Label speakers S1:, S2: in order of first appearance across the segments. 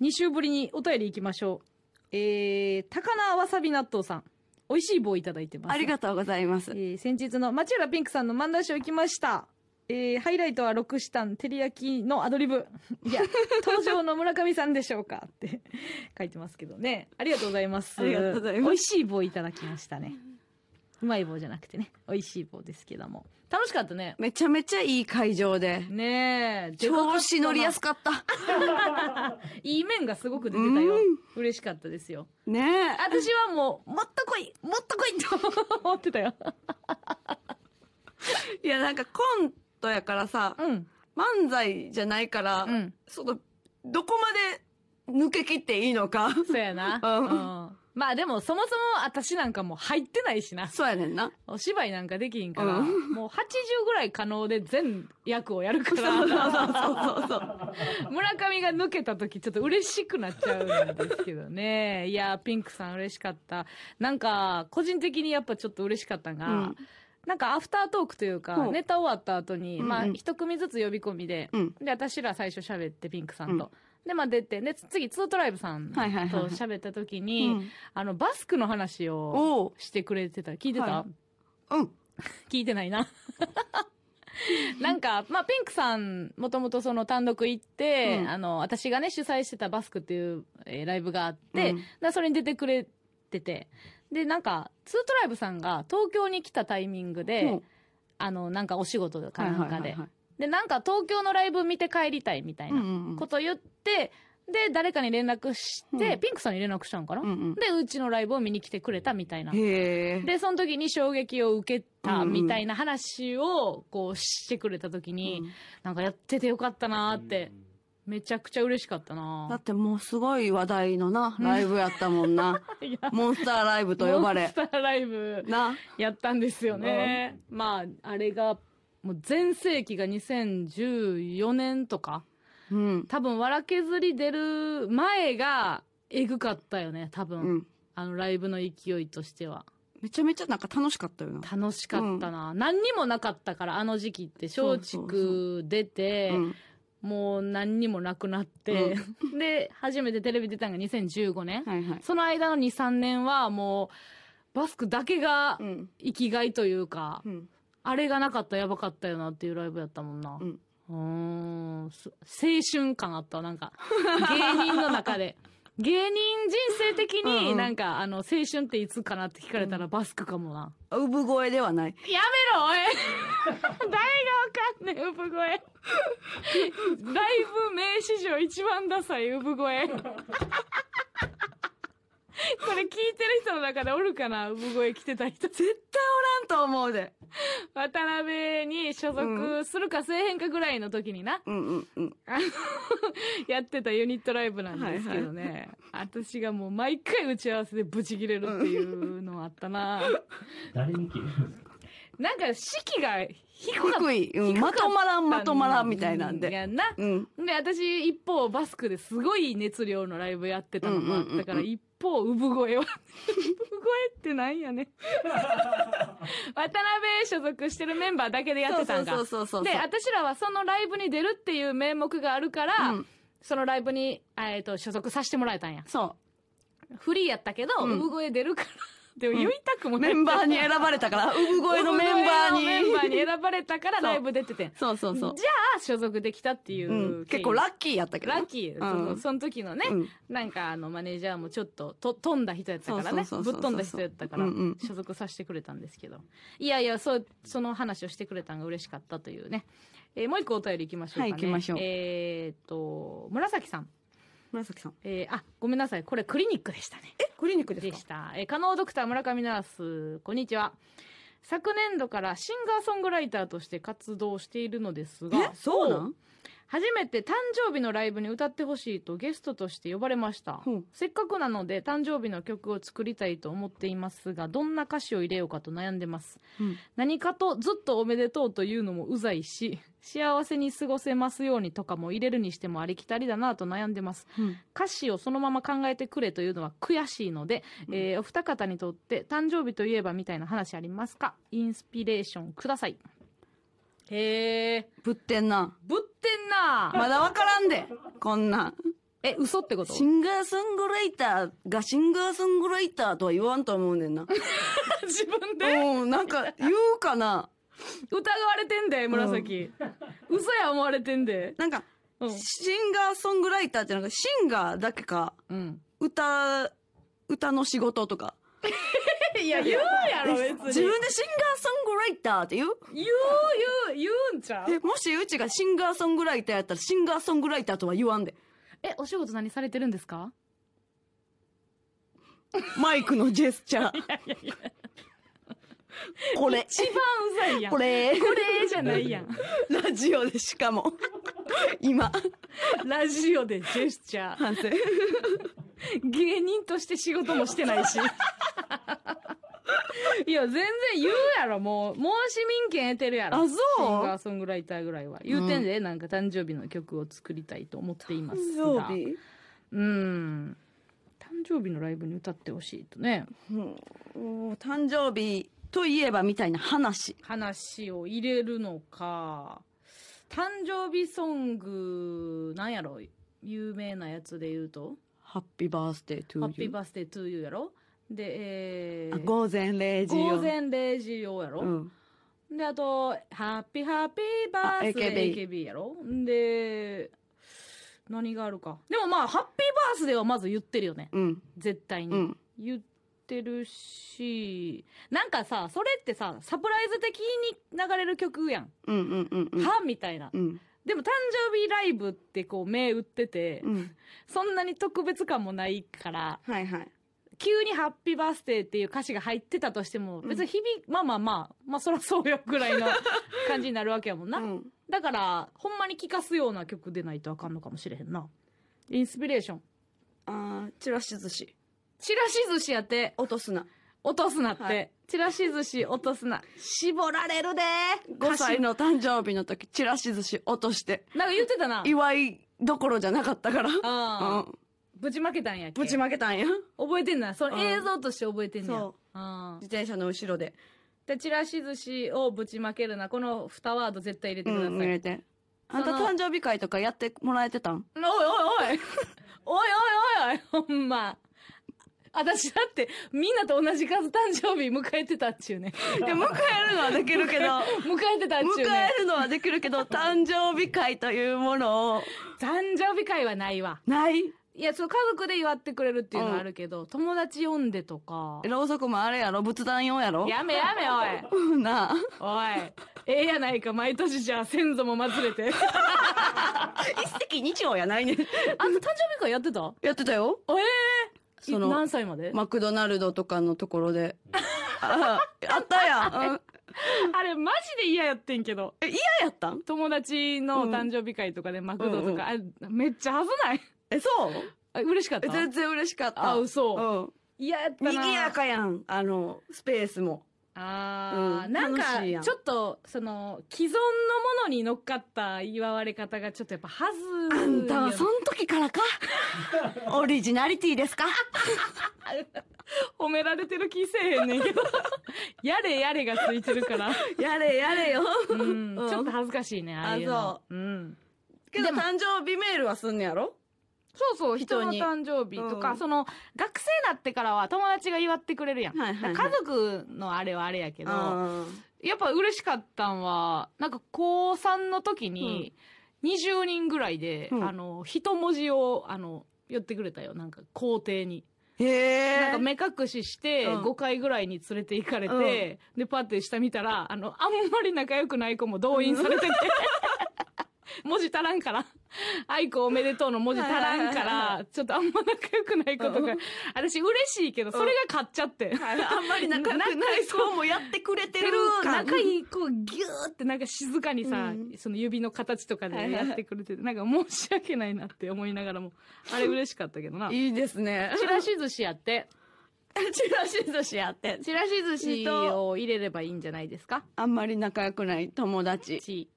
S1: 2週ぶりにお便り行きましょう。えー、高菜わさび納豆さん。美味しい棒いただいてます。
S2: ありがとうございます。
S1: えー先日の町浦ピンクさんの漫談集行きました。えーハイライトはロクシタン、照り焼きのアドリブ。い や、登場の村上さんでしょうかって書いてますけどね。ありがとうございます。
S2: ありがとうございます
S1: 美味しい棒いただきましたね。うまい棒じゃなくてね、美味しい棒ですけども。楽しかったね。
S2: めちゃめちゃいい会場で。
S1: ねえ、
S2: 調子乗りやす
S1: かっ
S2: かった。
S1: たな。いい面がすごく出てたよ
S2: うん。
S1: 嬉しかったですよ。
S2: ねえ。
S1: 私はもう、もっと来いもっと来いと思ってたよ。
S2: いや、なんかコントやからさ、
S1: うん。
S2: 漫才じゃないから、
S1: うん
S2: その、どこまで抜け切っていいのか。
S1: そうやな。
S2: うん
S1: うん。まあでも、そもそも私なんかもう入ってないしな。
S2: そうやねんな。
S1: お芝居なんかできひんから、
S2: う
S1: もう80ぐらい可能で全役をやるから、
S2: そう そう。
S1: 村上が抜けた時ちょっと嬉しくなっちゃうんですけどね。いやー、ピンクさん嬉しかった。なんか、個人的にやっぱちょっと嬉しかったが、
S2: うん
S1: なんかアフタートークという
S2: ほ
S1: か、
S2: う
S1: ネタ終わった後に、
S2: うんうん
S1: まあ一組ずつ呼び込みで、
S2: うん
S1: で、私ら最初喋って、ピンクさんと。で、まあ出て、で、次、ツートライブさんと
S2: はいはいはいはい
S1: 喋った時に、
S2: うん
S1: あの、バスクの話を
S2: おう。
S1: してくれてた。聞いてた、
S2: はうん。
S1: 聞いてない な。なんか、まあ、ピンクさん、もともとその単独行って、
S2: うん
S1: あの、私がね、主催してたバスクっていう、えーライブがあって、
S2: うん
S1: でそれに出てくれてて、で、なんか、ツートライブさんが東京に来たタイミングで、
S2: うん
S1: あの、なんかお仕事かなんかで、
S2: はいはいはいはい
S1: で、なんか東京のライブ見て帰りたいみたい
S2: うんう
S1: なん
S2: うん
S1: こと言って、で、誰かに連絡して、
S2: うん
S1: ピンクさんに連絡したのかな、
S2: うんうん
S1: で、うちのライブを見に来てくれたみたいな。
S2: へえ。
S1: で、その時に衝撃を受けた
S2: うんうん
S1: みたいな話を、こう、してくれた時に、
S2: うん
S1: なんかやっててよかったなーって、めちゃくちゃ嬉しかった
S2: だ
S1: な
S2: ってもうすごい話題のな、ライブやったもん な。
S1: ー いや
S2: モンスターライブと呼ば
S1: モン
S2: れ
S1: ス。ターライブ
S2: な。
S1: やったんですよね。まあ、あれが、もう全盛期が2014年とか、
S2: うん。
S1: 多分、わら削り出る前が、えぐかったよね、多分。
S2: うん
S1: あの、ライブの勢いとしては。
S2: めちゃめちゃなんか楽しかったよな。
S1: 楽しかったな、何にもなかったから、あの時期って、
S2: そう
S1: 松
S2: そうそう
S1: 竹出て、
S2: うん
S1: もう何にもなくなって、で、初めてテレビ出たのが2015年。
S2: はいはい。
S1: その間の2、3年はもう、バスクだけが
S2: うん
S1: 生きがいというか、
S2: うん。
S1: あれがなかったらやばかったよなっていうライブやったもんな。
S2: うん
S1: うーん、す青春感あったわ、なん か。芸人の中で。芸人人生的
S2: うんう
S1: に
S2: ん
S1: なんか、あの、青春っていつかなって聞かれたらバスクかもな。
S2: 産声ではない。
S1: やめろ、おい 誰がわかんねえ、産声。ライブ名史上一番ダサい産 声。これ聞いてる人の中でおるかな産声着てた人。
S2: 絶対おらんと思うで。
S1: 渡辺に所属するかせえへんかぐらいの時にな、
S2: うんうんうん。
S1: やってたユニットライブなんですけどね、私がもう毎回打ち合わせでブチギレるっていうのあったな。
S3: 誰に切れるんですか
S1: なんか、式が低かった。
S2: 低い。うん。まとまらん、まとまらんみたいなん
S1: い
S2: で。
S1: やな。
S2: うん。
S1: で、私、一方、バスクですごい熱量のライブやってたのもあったから、
S2: うんうんうんうん
S1: 一方、産声は。産声ってなんやね。渡辺所属してるメンバーだけでやってたんか。
S2: そうそうそうそうそう
S1: で、私らはそのライブに出るっていう名目があるから、
S2: うん
S1: そのライブに、あえっ、と、所属させてもらえたんや。
S2: そ
S1: フリーやったけど、
S2: うん
S1: 産声出る から。でも言いたくも
S2: う。
S1: な
S2: メ
S1: い。
S2: ンバーに選ばれたから、産声のメンバ
S1: 産声のメンバ
S2: ー
S1: ー
S2: に。
S1: に選ばれたから
S2: そう
S1: ライブ出ててん。
S2: そうそうそう
S1: じ。ゃあ、所属できたっていうう、
S2: ん。結構ラッキーやったけど。
S1: ラッキー、その
S2: うん。
S1: その時のね、
S2: うん
S1: なんかあのマネージャーもちょっとと飛んだ人やったからねぶ
S2: そ
S1: っ
S2: うそうそうそう
S1: 飛んだ人やったから
S2: うんうん
S1: 所属させてくれたんですけど、いやいやそうその話をしてくれたのが嬉しかったというね、えーもう一個お便りいきましょうかね
S2: はい行きましょう
S1: えーっと紫さん、
S2: 紫さん。
S1: えーあごめんなさいこれクリニックでしたね
S2: え、クリニック
S1: でした。えー、可能ドクター村上ナース、こんにちは。昨年度からシンガーソングライターとして活動しているのですが、
S2: えそうなん
S1: 初めて誕生日のライブに歌ってほしいとゲストとして呼ばれました
S2: ほう。
S1: せっかくなので誕生日の曲を作りたいと思っていますが、どんな歌詞を入れようかと悩んでます。
S2: うん
S1: 何かとずっとおめでとうというのもうざいし、幸せに過ごせますようにとかも入れるにしてもありきたりだなと悩んでます。
S2: うん
S1: 歌詞をそのまま考えてくれというのは悔しいので、えーお二方にとって誕生日といえばみたいな話ありますかインスピレーションください。へえ、
S2: ぶってんな。
S1: ぶってんな
S2: まだわからんで。こんなん。
S1: え、嘘ってこと
S2: シンガーソングライターがシンガーソングライターとは言わんと思うねんな。
S1: 自分で
S2: うん、なんか言うかな。
S1: 疑われてんで、紫。嘘や思われてんで。
S2: なんか、
S1: うん。
S2: シンガーソングライターってなんか、シンガーだけか、
S1: うん。
S2: 歌、歌の仕事とか。
S1: いや、言うやろ、別に。
S2: 自分でシンガーソングライターって言う
S1: 言う、言う、言うんちゃう
S2: え、もしうちがシンガーソングライターやったら、シンガーソングライターとは言わ んで。
S1: え、お仕事何されてるんですか
S2: マイクのジェスチャー。これ、
S1: 一番うざいやん。
S2: こ
S1: こ
S2: れ、
S1: れじゃないやん。
S2: ラジオでしかも。今、
S1: ラジオでジェスチャー。
S2: 反省。
S1: 芸人として仕事もしてないし。 いや、全然言うやろ、もう。もう市民権得てるやろ。
S2: あそう
S1: シンガーソングライターぐらいは。言うてんで、なんか誕生日の曲を作りたいと思っていますが。
S2: 日
S1: うん。誕生日のライブに歌ってほしいとね。
S2: うん誕生日といえばみたいな話。
S1: 話を入れるのか。誕生日ソング、なんやろ有名なやつで言うと。
S2: ハッピーバースデートゥ
S1: ハ
S2: ー
S1: ッピーバースデートゥーユーやろで、えー、
S2: 午前0時よ
S1: 午前0時用やろ、
S2: うん。
S1: で、あと、ハッピーハッピーバースデー
S2: あ AKB
S1: AKB やろで、何があるか。でもまあ、ハッピーバースデーはまず言ってるよね。
S2: うん。
S1: 絶対に。
S2: うん。
S1: 言ってるし、なんかさ、それってさ、サプライズ的に流れる曲やん。
S2: うん。うん。うん。うん。
S1: はみたいな。
S2: うん。
S1: でも誕生日ライブってこう目打ってて、
S2: うん。
S1: そんなに特別感もないから、
S2: はいはい。
S1: 急にハッピーバースデーっていう歌詞が入ってたとしても、
S2: うん
S1: 別に日々、まあまあまあ、まあそらそうよぐらいの感じになるわけやもんな。
S2: うん。
S1: だから、ほんまに聴かすような曲でないとあかんのかもしれへんな。インスピレーション。
S2: あー、チラシ寿司。
S1: ちらし寿司やって、
S2: 落とすな。
S1: 落とすなって。
S2: はい
S1: ちらし寿司落とすな。絞られるで
S2: 5歳の誕生日の時、チラシ寿司落として、
S1: なんか言ってたな。
S2: 祝いどころじゃなかったから。
S1: あ
S2: うん。
S1: ぶちまけたんやっけ。
S2: ぶちまけたんや。
S1: 覚えてんな。その
S2: うん
S1: 映像として覚えてんねや。
S2: そう
S1: うん
S2: 自転車の後ろで。
S1: で、ちらし寿司をぶちまけるな。この2ワード絶対入れて
S2: う
S1: ください。
S2: ん。入れて。あんた
S1: その
S2: 誕生日会とかやってもらえてたん
S1: おいおいおい おいおいおいおいほんま。私だって、みんなと同じ数誕生日迎えてたっちゅうね。
S2: いや、迎えるのはできる けど。
S1: 迎えてたっちゅう
S2: 迎
S1: ね
S2: え。るのはできるけど、 誕生日会というものを、
S1: 誕生日会はないわ。
S2: ない。
S1: いや、そう、家族で祝ってくれるっていうのはあるけど、友達呼んでとか。
S2: ろうそくもあれやろ仏壇用やろ
S1: やめやめ、おい。
S2: なあ。
S1: おい。ええやないか、毎年じゃ あ先祖も祭れて。
S2: 一石二鳥やないね。
S1: あんた誕生日会やってた
S2: やってたよ。
S1: ええ
S2: その
S1: 何歳まで、
S2: マクドナルドとかのところ で。あ あったやん。うん
S1: あれ、マジで嫌やってんけど。
S2: え、嫌やったん
S1: 友達の誕生日会とかでマクドとか、あめっちゃ危ない。
S2: え、そう
S1: あ嬉しかった
S2: え全然嬉しかった。
S1: あ、嘘。
S2: うん。
S1: いや、やったな。
S2: 賑やかやん。あの、スペースも。
S1: あー、
S2: うん
S1: なん
S2: 楽しいや
S1: か、
S2: ん
S1: ちょっと、その、既存のものに乗っかった祝われ方がちょっとやっぱはず。
S2: あんたはそ
S1: ん
S2: の時からか オリジナリティですか
S1: 褒められてる気せえへんねんけど。 やれやれがついてる から。
S2: やれやれよ。
S1: うん、
S2: うん
S1: ちょっと恥ずかしいね、ああいうの。
S2: あ
S1: う。うん。
S2: けど
S1: でも
S2: 誕生日メールはすんねやろ
S1: そうそう、人
S2: 人
S1: の
S2: に
S1: 誕生日とか、
S2: うん
S1: その、学生になってからは友達が祝ってくれるやん。
S2: はいはいはい
S1: 家族のあれはあれやけど、
S2: あ
S1: やっぱ嬉しかったんは、なんか高3の時に、20人ぐらいで、
S2: うん
S1: あの、一文字を、あの、寄ってくれたよ。なんか、校庭に。
S2: ーへえ。
S1: なんか目隠しして、
S2: うん
S1: 5回ぐらいに連れて行かれて、で、パッて下見たら、あの、あんまり仲良くない子も動員さ れてて、文字足らんから、愛子おめでとうの文字足らんか
S2: はいはいはいは
S1: ら、ちょっとあんま仲良くない子とか
S2: う、
S1: 私嬉しいけど、それが買っちゃって。
S2: はいあんまり仲良くない子もやってくれ
S1: て
S2: てる
S1: る
S2: 感
S1: 仲いい子ギューってなんか静かにさ、
S2: うん
S1: その指の形とか
S2: は
S1: で
S2: いはい
S1: やってくれてて、なんか申し訳ないなって思いながらも、あれ嬉しかったけどな。
S2: いいですね。
S1: チラシ寿司や って。
S2: チラシ寿司やって。
S1: チラシ寿司を入れればいいんじゃないですか
S2: あんまり仲良くない友達
S1: ち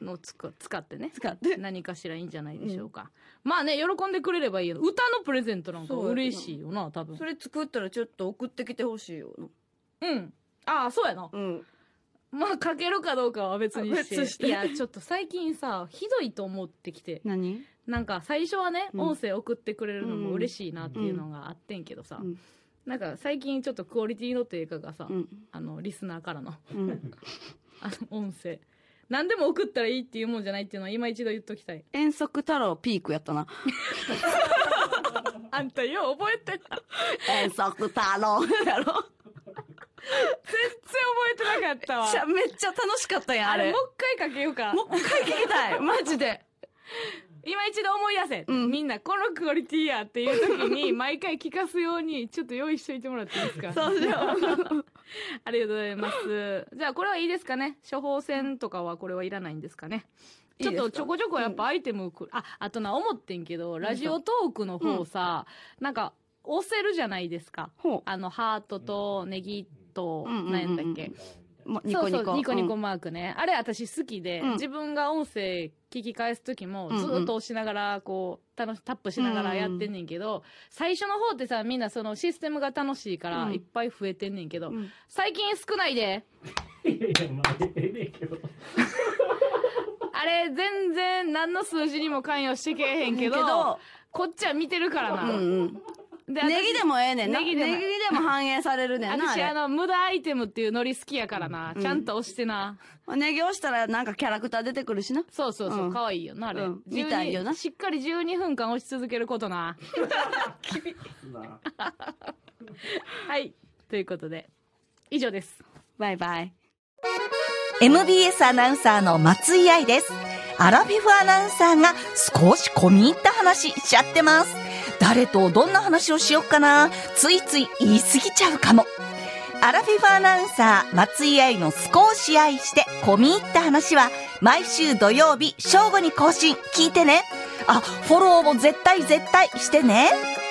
S1: のつく使ってね。
S2: 使って。
S1: 何かしらいいんじゃないでしょうか。まあね、喜んでくれればいいよ。歌のプレゼントなんか
S2: そうやな
S1: 嬉しいよな、多分
S2: そ。れ作ったらちょっと送ってきてほしいよな。
S1: うん。ああ、そうやな。
S2: うん。
S1: まあ、かけるかどうかは別にして。
S2: 別して
S1: いや、ちょっと最近さ、ひどいと思ってきて。
S2: 何
S1: なんか最初はね、
S2: うん
S1: 音声送ってくれるのも嬉しいなっていうのがあってんけどさ、
S2: うん
S1: なんか最近ちょっとクオリティの低下がさ、
S2: うん
S1: あのリスナーからの
S2: うん
S1: あの音声何でも送ったらいいっていうもんじゃないっていうのは今一度言っときたい
S2: 遠足太郎ピークやったな。
S1: あんたよう覚えてた
S2: 遠足太郎や ろ。
S1: 全然覚えてなか ったわ
S2: じゃめっちゃ楽しかったやん、
S1: あ
S2: あ
S1: れ
S2: れ
S1: も。う一回かけようか
S2: もう一回聞きたい。 マジで。
S1: 今一度思い出せ、
S2: うん
S1: みんなこのクオリティやっていう時に毎回聞かすようにちょっと用意しといてもらっていいですか
S2: そうしよう。
S1: ありがとうございますじゃあこれはいいですかね処方箋とかはこれはいらないんですかね
S2: いい
S1: ち
S2: です
S1: ょ
S2: か
S1: っとちょこちょこやっぱアイテムくる、ああとな思ってんけどラジオトークの方さ、なんか押せるじゃないですか
S2: ほ
S1: あのハートとネギ と
S2: うん
S1: 何やったっけ、
S2: う。もうニ
S1: そ
S2: コ
S1: う
S2: ニコ。
S1: そうニコニコマークね、あれ私好きで、
S2: うん
S1: 自分が音声聞き返す時も
S2: うんうん
S1: ずーっと押しながらこう楽しタップしながらやってんねんけど、最初の方ってさみんなそのシステムが楽しいから
S2: うん
S1: いっぱい増えてんねんけど、
S2: うん。うん
S1: 最近少ないで
S3: いやいや、まあ、ええねんけど。
S1: あれ全然何の数字にも関与してけえへんけどこっちは見てるから
S2: うん
S1: な、
S2: うん。
S1: で
S2: ネギでもええねんな。
S1: ネ
S2: ネ
S1: ギ
S2: ギ
S1: で
S2: で
S1: も
S2: も反映されるねんな。あ
S1: 私あ
S2: れ
S1: の無駄アイテムっていうノリ好きやからな、
S2: うん
S1: ちゃんと押してな
S2: ネギ押したらなんかキャラクター出てくるしな。
S1: そうそうそう、
S2: うん
S1: 可愛いよなあれ、
S2: うん
S1: 12
S2: 見たいよな
S1: しっかり12分間押し続けることな
S3: な
S1: はい。ということで、以上です。
S2: バイバイ。
S4: MBS アナウンサーの松井愛です。アラフィフアナウンサーが少し込み入った話しちゃってます。誰とどんな話をしよっかな。ついつい言い過ぎちゃうかも。アラフィフアナウンサー松井愛の少し愛して込み入った話は毎週土曜日正午に更新聞いてね。あ、フォローも絶対絶対してね。